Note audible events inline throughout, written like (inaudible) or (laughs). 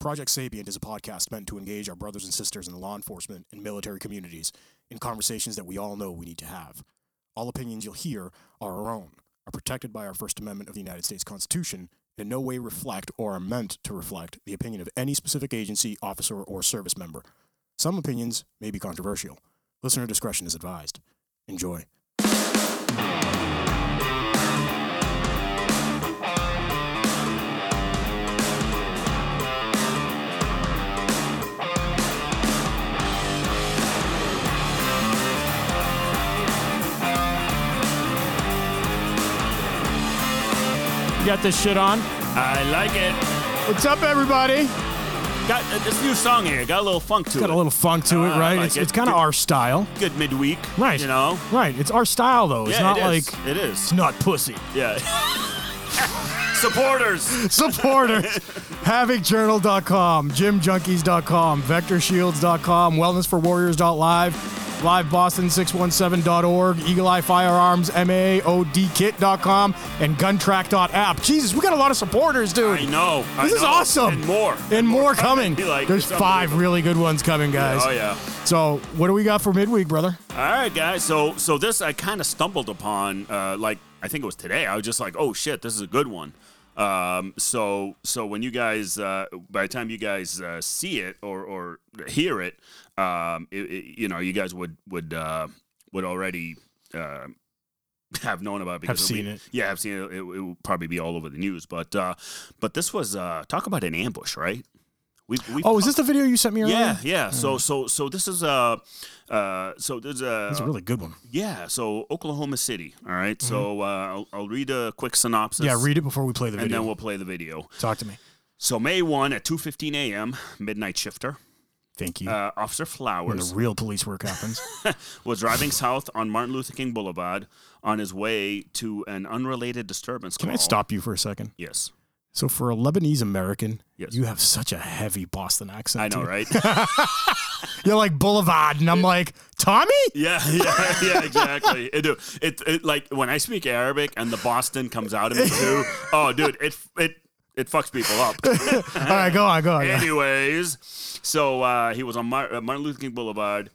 Project Sapient is a podcast meant to engage our brothers and sisters in the law enforcement and military communities in conversations that we all know we need to have. All opinions you'll hear are our own, are protected by our First Amendment of the United States Constitution, and in no way reflect or are meant to reflect the opinion of any specific agency, officer, or service member. Some opinions may be controversial. Listener discretion is advised. Enjoy. You got this shit on. I like it. What's up, everybody? Got uh, this new song here. Got a little funk to Got it. a little funk to it, Ah, I right? like it's it. it's kind of Good- our style, good midweek. right? You know. right? It's our style though. It's yeah, not it is. like it is. it's not pussy Yeah. (laughs) Supporters. supporters. (laughs) HavocJournal.com, JimJunkies.com, VectorShields.com, WellnessForWarriors.live, LiveBoston617.org, Eagle Eye Firearms, MAODKit.com, and GunTrack.app. Jesus, we got a lot of supporters, dude. I know. I This is know. awesome. And more. And more coming. Be (laughs) like, There's it's five unbelievable. really good ones coming, guys. Oh yeah. So, what do we got for midweek, brother? All right, guys. So so this I kind of stumbled upon. Uh, like I think it was today. I was just like, oh shit, this is a good one. Um, so so when you guys uh, by the time you guys uh, see it or or hear it, um, it, it- you know you guys would would uh, would already. Uh, have known about it because it'll seen be- it. Yeah, have seen it. It, it will probably be all over the news, but uh, but this was uh, talk about an ambush, right? We, we Oh, is this Hmm. the video you sent me earlier? yeah yeah. So so so this is uh uh so there's a It's a really good one. yeah, so Oklahoma City. All right, so uh, I'll, I'll read a quick synopsis. Mm-hmm. Yeah, read it before we play the and video. then we'll play the video. Talk to me. So May one at two fifteen a.m. midnight shifter. Thank you. Uh, Officer when the Flowers real police work happens. was driving south on Martin Luther King Boulevard on his way to an unrelated disturbance. Can I call. stop you for a second? Yes, So, for a Lebanese American, Yes. you have such a heavy Boston accent. I know, dude. right? (laughs) You're like Boulevard, and I'm like Tommy. (laughs) yeah, yeah, yeah, exactly. It, do- it, it like when I speak Arabic and the Boston comes out of me (laughs) too. Oh, dude, it it it fucks people up. (laughs) All right, go on, go on. Oh, yeah. Anyways, so uh, he was on Mar- uh, Martin Luther King Boulevard.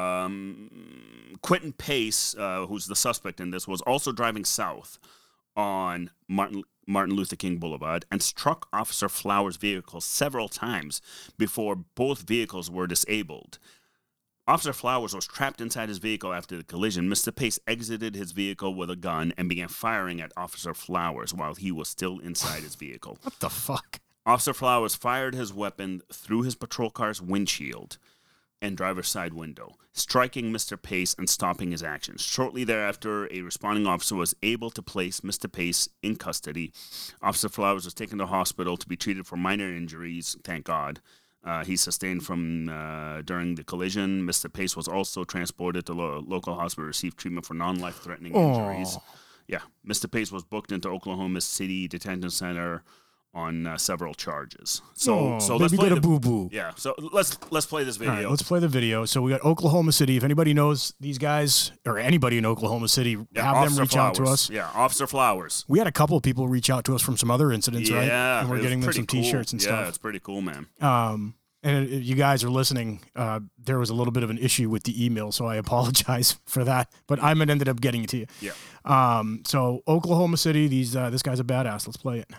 Um, Quentin Pace, uh, who's the suspect in this, was also driving south on Martin Martin Luther King Boulevard and struck Officer Flowers' vehicle several times before both vehicles were disabled. Officer Flowers was trapped inside his vehicle after the collision. Mr. Pace exited his vehicle with a gun and began firing at Officer Flowers while he was still inside his vehicle. What the fuck? Officer Flowers fired his weapon through his patrol car's windshield and driver's side window, striking Mr. Pace and stopping his actions. Shortly thereafter, a responding officer was able to place Mr. Pace in custody. Officer Flowers was taken to hospital to be treated for minor injuries, thank God. Uh, he sustained from uh, during the collision. Mr. Pace was also transported to lo- local hospital, received treatment for non-life-threatening injuries. Yeah, Mr. Pace was booked into Oklahoma City Detention Center on uh, several charges. So, Oh, so let's baby play got the- a boo boo. Yeah, so let's let's play this video. All right, let's play the video. So we got Oklahoma City. If anybody knows these guys or anybody in Oklahoma City, Yeah, have them Officer reach out to Flowers. us. Yeah, Officer Flowers. We had a couple of people reach out to us from some other incidents, Yeah, right? And it we're was getting them pretty some cool. T-shirts and Yeah, stuff. it's pretty cool, man. Um, and if you guys are listening, uh, there was a little bit of an issue with the email, so I apologize (laughs) for that. But I ended up getting it to you. Yeah. Um, so Oklahoma City, these uh, this guy's a badass. Let's play it.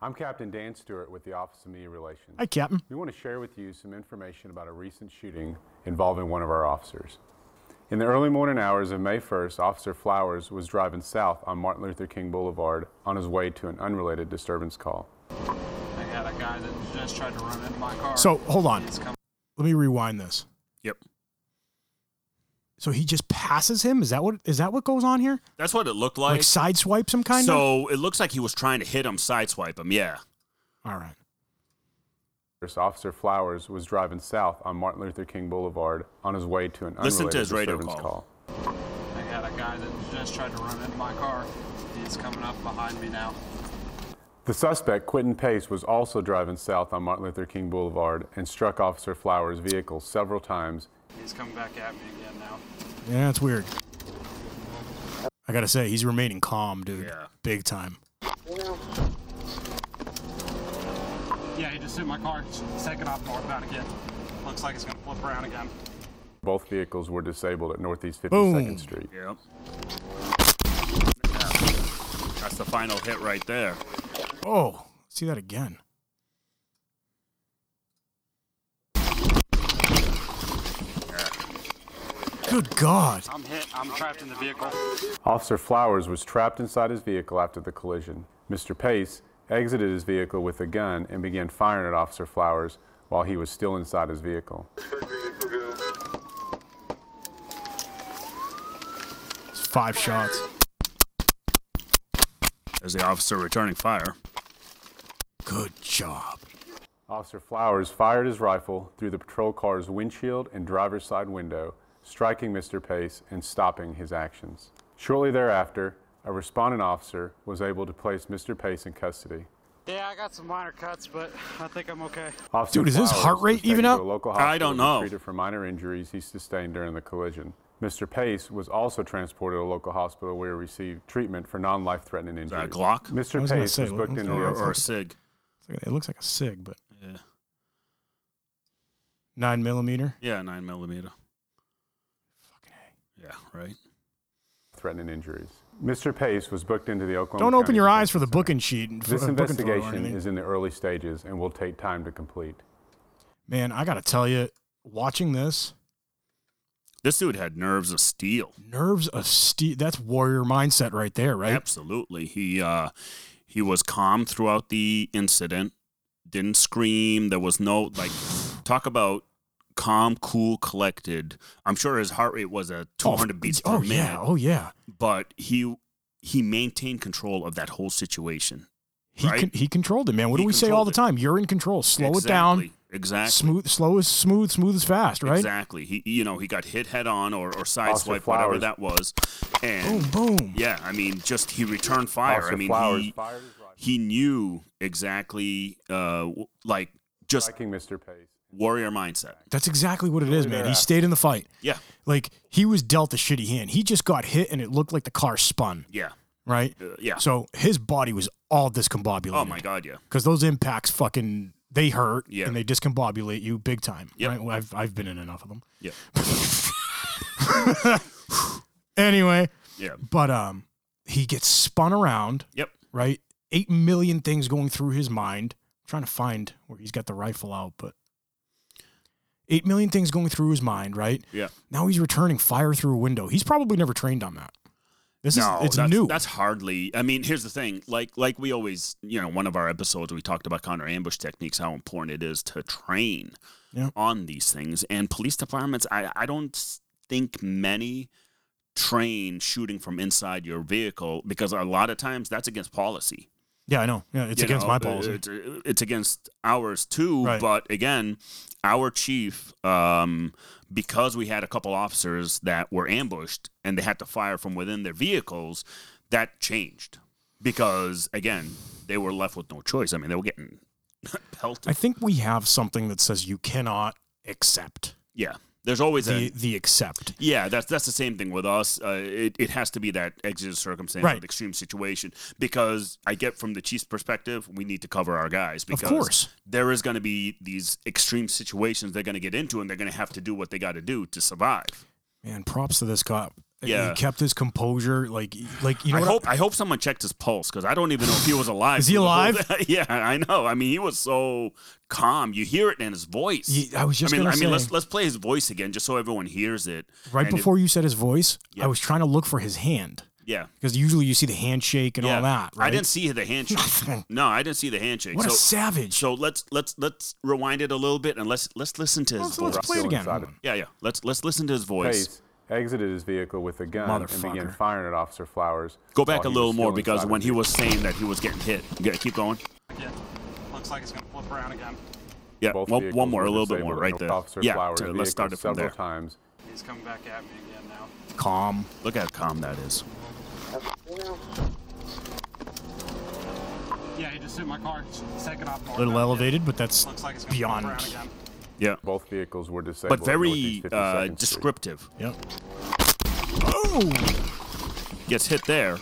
I'm Captain Dan Stewart with the Office of Media Relations. Hi, Captain. We want to share with you some information about a recent shooting involving one of our officers. In the early morning hours of May 1st, Officer Flowers was driving south on Martin Luther King Boulevard on his way to an unrelated disturbance call. I had a guy that just tried to run into my car. So hold on. He's coming. Let me rewind this. Yep. So he just passes him. Is that what is that what goes on here? That's what it looked Like like. sideswipes him, kind of. so it looks like he was trying to hit him, sideswipe him. Yeah. All right. First, Officer Flowers was driving south on Martin Luther King Boulevard on his way to an Listen to unrelated his radio disturbance call. I had a guy that just tried to run into my car. He's coming up behind me now. The suspect, Quentin Pace, was also driving south on Martin Luther King Boulevard and struck Officer Flowers' vehicle several times He's coming back at me again now. Yeah, that's weird. I gotta say, he's remaining calm, dude. Yeah. Big time. Yeah, he just hit my car. It's taking off north about again. Looks like it's gonna flip around again. Both vehicles were disabled at Northeast 52nd Boom. Street. Yep. That's the final hit right there. Oh, see that again. Good God. I'm hit. I'm trapped in the vehicle. Officer Flowers was trapped inside his vehicle after the collision. Mr. Pace exited his vehicle with a gun and began firing at Officer Flowers while he was still inside his vehicle. It's five shots. There's the officer returning fire. Good job. Officer Flowers fired his rifle through the patrol car's windshield and driver's side window, striking Mr. Pace and stopping his actions. Shortly thereafter, a respondent officer was able to place Mr. Pace in custody. Yeah, I got some minor cuts, but I think I'm okay. Officer Dude, is his Flowers heart rate was taken even to up? a local I don't hospital and know. Treated for minor injuries he sustained during the collision. Mr. Pace was also transported to a local hospital where he received treatment for non-life-threatening Is that injuries. a Glock Mr. I was gonna Pace say, was booked what- in what- or, Rio or a Sig? It's like- It looks like a SIG, but Yeah. nine millimeter. Yeah, nine millimeter. Fucking Yeah, right. threatening injuries. Mr. Pace was booked into the Oklahoma. Don't open County your eyes for the Detention booking sheet. And for, uh, Center. This booking photo or investigation anything. is in the early stages and will take time to complete. Man, I gotta tell you, watching this, This dude had nerves of steel. nerves of steel. That's warrior mindset right there, right? Oh, Absolutely. He uh he was calm throughout the incident. Didn't scream. There was no like talk about calm, cool, collected. I'm sure his heart rate was a Oh, 200 beats per oh, minute, yeah. Oh yeah. but he he maintained control of that whole situation. He Right? con- he controlled it, man. What He do we say all controlled the it. time? You're in control. Slow exactly. it down. Exactly. Smooth, slow as smooth, smooth as fast, right? Exactly. He you know, he got hit head on or or Officer sideswipe whatever Flowers. that was. And Boom, boom. Yeah, I mean, just he returned fire. Officer I mean, Flowers he fired his rifle. he knew exactly, uh, w- like just Striking Mr. Pace. warrior mindset. That's exactly what it is, man. He thereafter. stayed in the fight. Yeah, Like he was dealt a shitty hand. He just got hit, and it looked like the car spun, yeah, right? uh, yeah. So his body was all discombobulated. oh my god, yeah, because those impacts fucking they hurt Yeah. and they discombobulate you big time. Yep. right? Well, I've I've been in enough of them. (laughs) yeah, Anyway, yeah, but um, he gets spun around, yep. right? Eight million things going through his mind. trying to find where he's got the rifle out, but eight million things going through his mind, right? Yeah. Now he's returning fire through a window. He's probably never trained on that. This no, is it's that's, new. That's hardly. I mean, here's the thing. Like, like we always, you know, one of our episodes we talked about counter ambush techniques, how important it is to train Yeah. on these things. And police departments, I, I don't s- think many train shooting from inside your vehicle because a lot of times that's against policy. yeah, I know. Yeah, it's you against know, my uh, policy. It's, it's against ours too. Right. But again, our chief, um, because we had a couple officers that were ambushed and they had to fire from within their vehicles, that changed because again they were left with no choice. I mean, they were getting (laughs) pelted. I think we have something that says you cannot accept yeah, there's always the a. the accept. Yeah, that's that's the same thing with us. Uh, it, it has to be that exigent circumstance, Right. that extreme situation, because I get from the chief's perspective, we need to cover our guys because of course. there is going to be these extreme situations they're going to get into and they're going to have to do what they got to do to survive. Man, props to this cop. Yeah. He kept his composure. Like, like you know I what? hope I hope someone checked his pulse because I don't even know if he was alive. Is he through the whole alive? thing. (laughs) yeah, I know. I mean, he was so calm. You hear it in his voice. Ye- I was just I mean, gonna I mean, say- let's let's play his voice again just so everyone hears it. right And if- before you said his voice, Yeah. I was trying to look for his hand yeah, because usually you see the handshake and yeah. all that. Right? I didn't see the handshake. Nothing. no, I didn't see the handshake. What so, a savage! so let's let's let's rewind it a little bit and let's let's listen to his let's, voice. let's play it Still again. inside Hold of- on. Yeah, yeah. Let's let's listen to his voice. Pace exited his vehicle with a gun and began Motherfucker. firing at Officer Flowers. Go back while a he was little still more because inside of when the he was saying that he was getting hit, yeah, keep going. Again. Looks like it's gonna flip around again. Yeah, Both one, one vehicles more, a were little bit disabled more, and right there. Officer yeah, Flowers to- vehicle let's start it from several there. times. He's coming back at me again now. Calm. Look how calm that is. Yeah, he just hit my car. It's taking off north A little about again. elevated, but that's Looks like it's gonna beyond. flip around again. Yeah, Both vehicles were but disabled. at very Northeast 52nd uh, Street. descriptive. Yep. Oh! Gets hit there.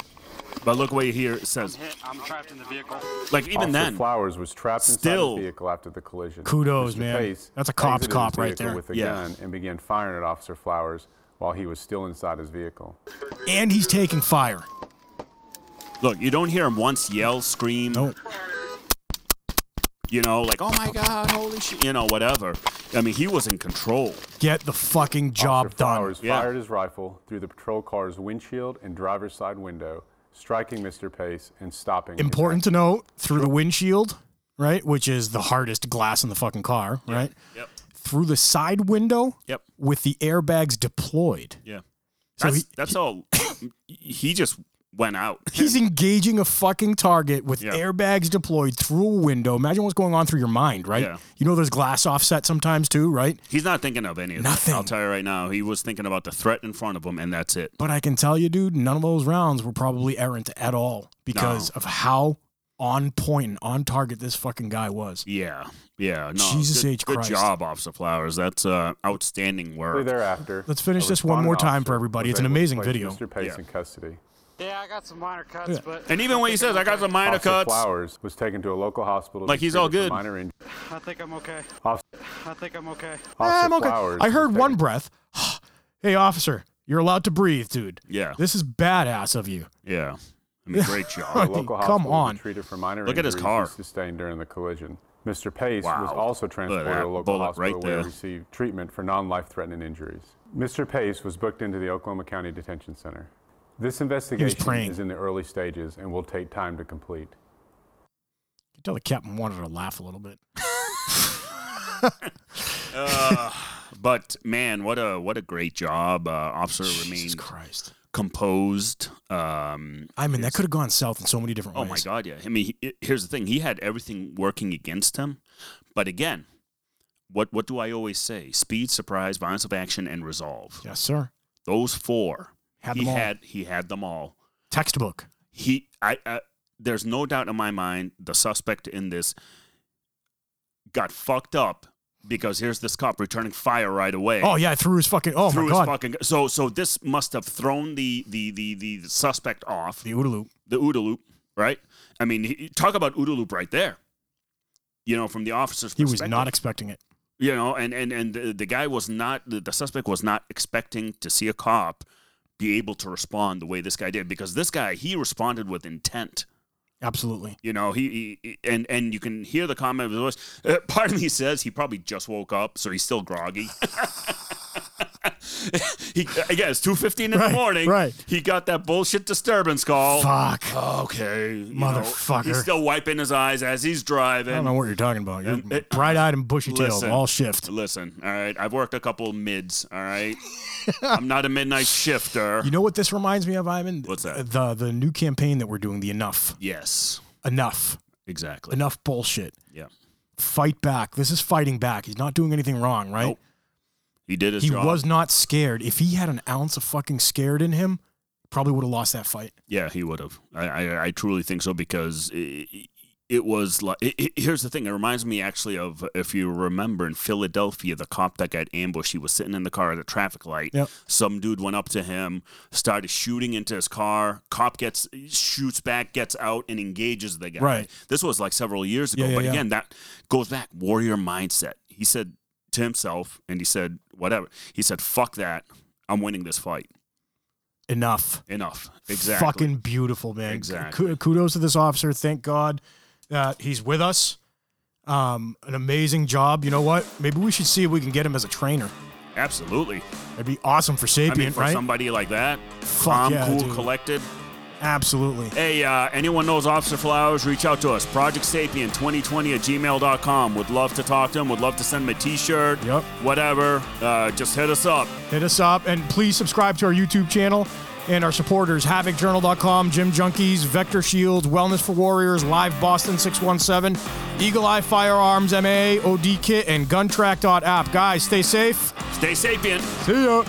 But look what here it says. Hit. I'm trapped in the vehicle. Like even Officer then, Flowers was trapped inside still- the vehicle after the collision. Kudos, Mr. man. Pace That's a cop's exited cop his right vehicle there. With a Yeah. gun and began firing at Officer Flowers while he was still inside his vehicle. And he's taking fire. look, you don't hear him once yell, scream. Nope. You know, like oh my god, holy shit. You know, whatever. I mean, he was in control. Get the fucking job Officer done. Flowers Yeah. fired his rifle through the patrol car's windshield and driver's side window, striking Mr. Pace and stopping. his Important to note through the windshield, right? Which is the hardest glass in the fucking car, right? Yep. Through the side window Yep. with the airbags deployed. Yeah. So that's he- that's all. he just went out. He's engaging a fucking target with Yeah. airbags deployed through a window. Imagine what's going on through your mind, right? Yeah. You know there's glass offset sometimes too, right? He's not thinking of any of that. Nothing. I'll tell you right now. He was thinking about the threat in front of him, and that's it. But I can tell you, dude, none of those rounds were probably errant at all because of how on point and on target this fucking guy was. Yeah, yeah. No, Jesus good, H. Good Christ. job, Officer Flowers. That's uh, outstanding Shortly work. thereafter, Let's finish a this one more responding time for officer everybody. was It's an able to amazing place video. Mr. Pace Yeah. in custody. Yeah, I got some minor cuts, Yeah. but. And even when he says, "I got some minor Officer cuts," Flowers was taken to a local hospital. to Like, he's treat all her for good. Eh, Minor injury. I think I'm okay. Off- I think I'm okay. Officer I'm okay. Flowers I was heard taken one breath. (sighs) hey, officer, you're allowed to breathe, dude. Yeah. This is badass of you. yeah. (laughs) I mean, great job. The local Come hospital was on. treated for minor Look at his injuries car. he sustained during the collision. Mr. Pace was Wow. also Look at transported that to a local bullet hospital right where there. he received treatment for non-life-threatening injuries. Mr. Pace was booked into the Oklahoma County Detention Center. This investigation praying. is in the early stages and will take time to complete. You tell the captain wanted to laugh a little bit. (sighs) but man, what a what a great job. Uh, Officer Jesus remained Christ. composed. Um, I mean, that could have gone south in so many different oh ways. my God, yeah. I mean, he, it- here's the thing: he had everything working against him. But again, what what do I always say? Speed, surprise, violence of action, and resolve. Yes, sir. Those four. Had he them all. had he had them all. Textbook. he I, I there's no doubt in my mind the suspect in this got fucked up because here's this cop returning fire right away Oh yeah, through his fucking. Oh through my his god. fucking so so this must have thrown the the the the suspect off the OODA loop. the OODA loop right I mean he, talk about OODA loop right there you know from the officer's He was perspective not expecting it. you know and and and the, the guy was not the, the suspect was not expecting to see a cop be able to respond the way this guy did because this guy he responded with intent Absolutely. you know, he, he and and you can hear the comment of his voice. Uh, part of me says he probably just woke up, so he's still groggy. (laughs) he, again, it's two fifteen in Right, the morning. right. He got that bullshit disturbance call. Fuck. Oh, Okay, you know, Motherfucker. he's still wiping his eyes as he's driving. I don't know what you're talking about. You're and it- bright-eyed and bushy-tailed, Listen. all shift. Listen, all right. I've worked a couple mids. All right, (laughs) I'm not a midnight shifter. You know what this reminds me of, Ivan? What's that? The the new campaign that we're doing, the enough, yes, enough, exactly. enough bullshit. Yeah, Fight back. This is fighting back. He's not doing anything wrong, right? Nope. he did his He job. was not scared. If he had an ounce of fucking scared in him, probably would have lost that fight. Yeah, he would have. I, I, I truly think so because it, it was like. It, it- here's the thing. It reminds me actually of if you remember in Philadelphia, the cop that got ambushed. He was sitting in the car at a traffic light. Yep. Some dude went up to him, started shooting into his car. Cop gets shoots back, gets out, and engages the guy. Right. This was like several years ago. Yeah, yeah, but yeah. again, that goes back warrior mindset. He said to himself, and he said whatever. He said, "Fuck that." I'm winning this fight. Enough. Enough. Exactly. Fucking beautiful, man. K- Exactly. Kudos to this officer. Thank God that he's with us. Um, an amazing job. You know what? Maybe we should see if we can get him as a trainer. Absolutely. That'd be awesome for Sapient, I mean, for right? somebody like that, Fuck calm, yeah, cool, dude. collected. Absolutely. Hey, uh, anyone knows Officer Flowers, reach out to us. Project Sapien 2020 at gmail.com. Would love to talk to him. Would love to send him a t shirt. Yep. Whatever. Uh, just hit us up. Hit us up and please subscribe to our YouTube channel and our supporters HavocJournal.com, Gym Junkies, Vector Shields, Wellness for Warriors, Live Boston 617, Eagle Eye Firearms MA, OD Kit, and GunTrack.app. Guys, stay safe. Stay sapient. See ya.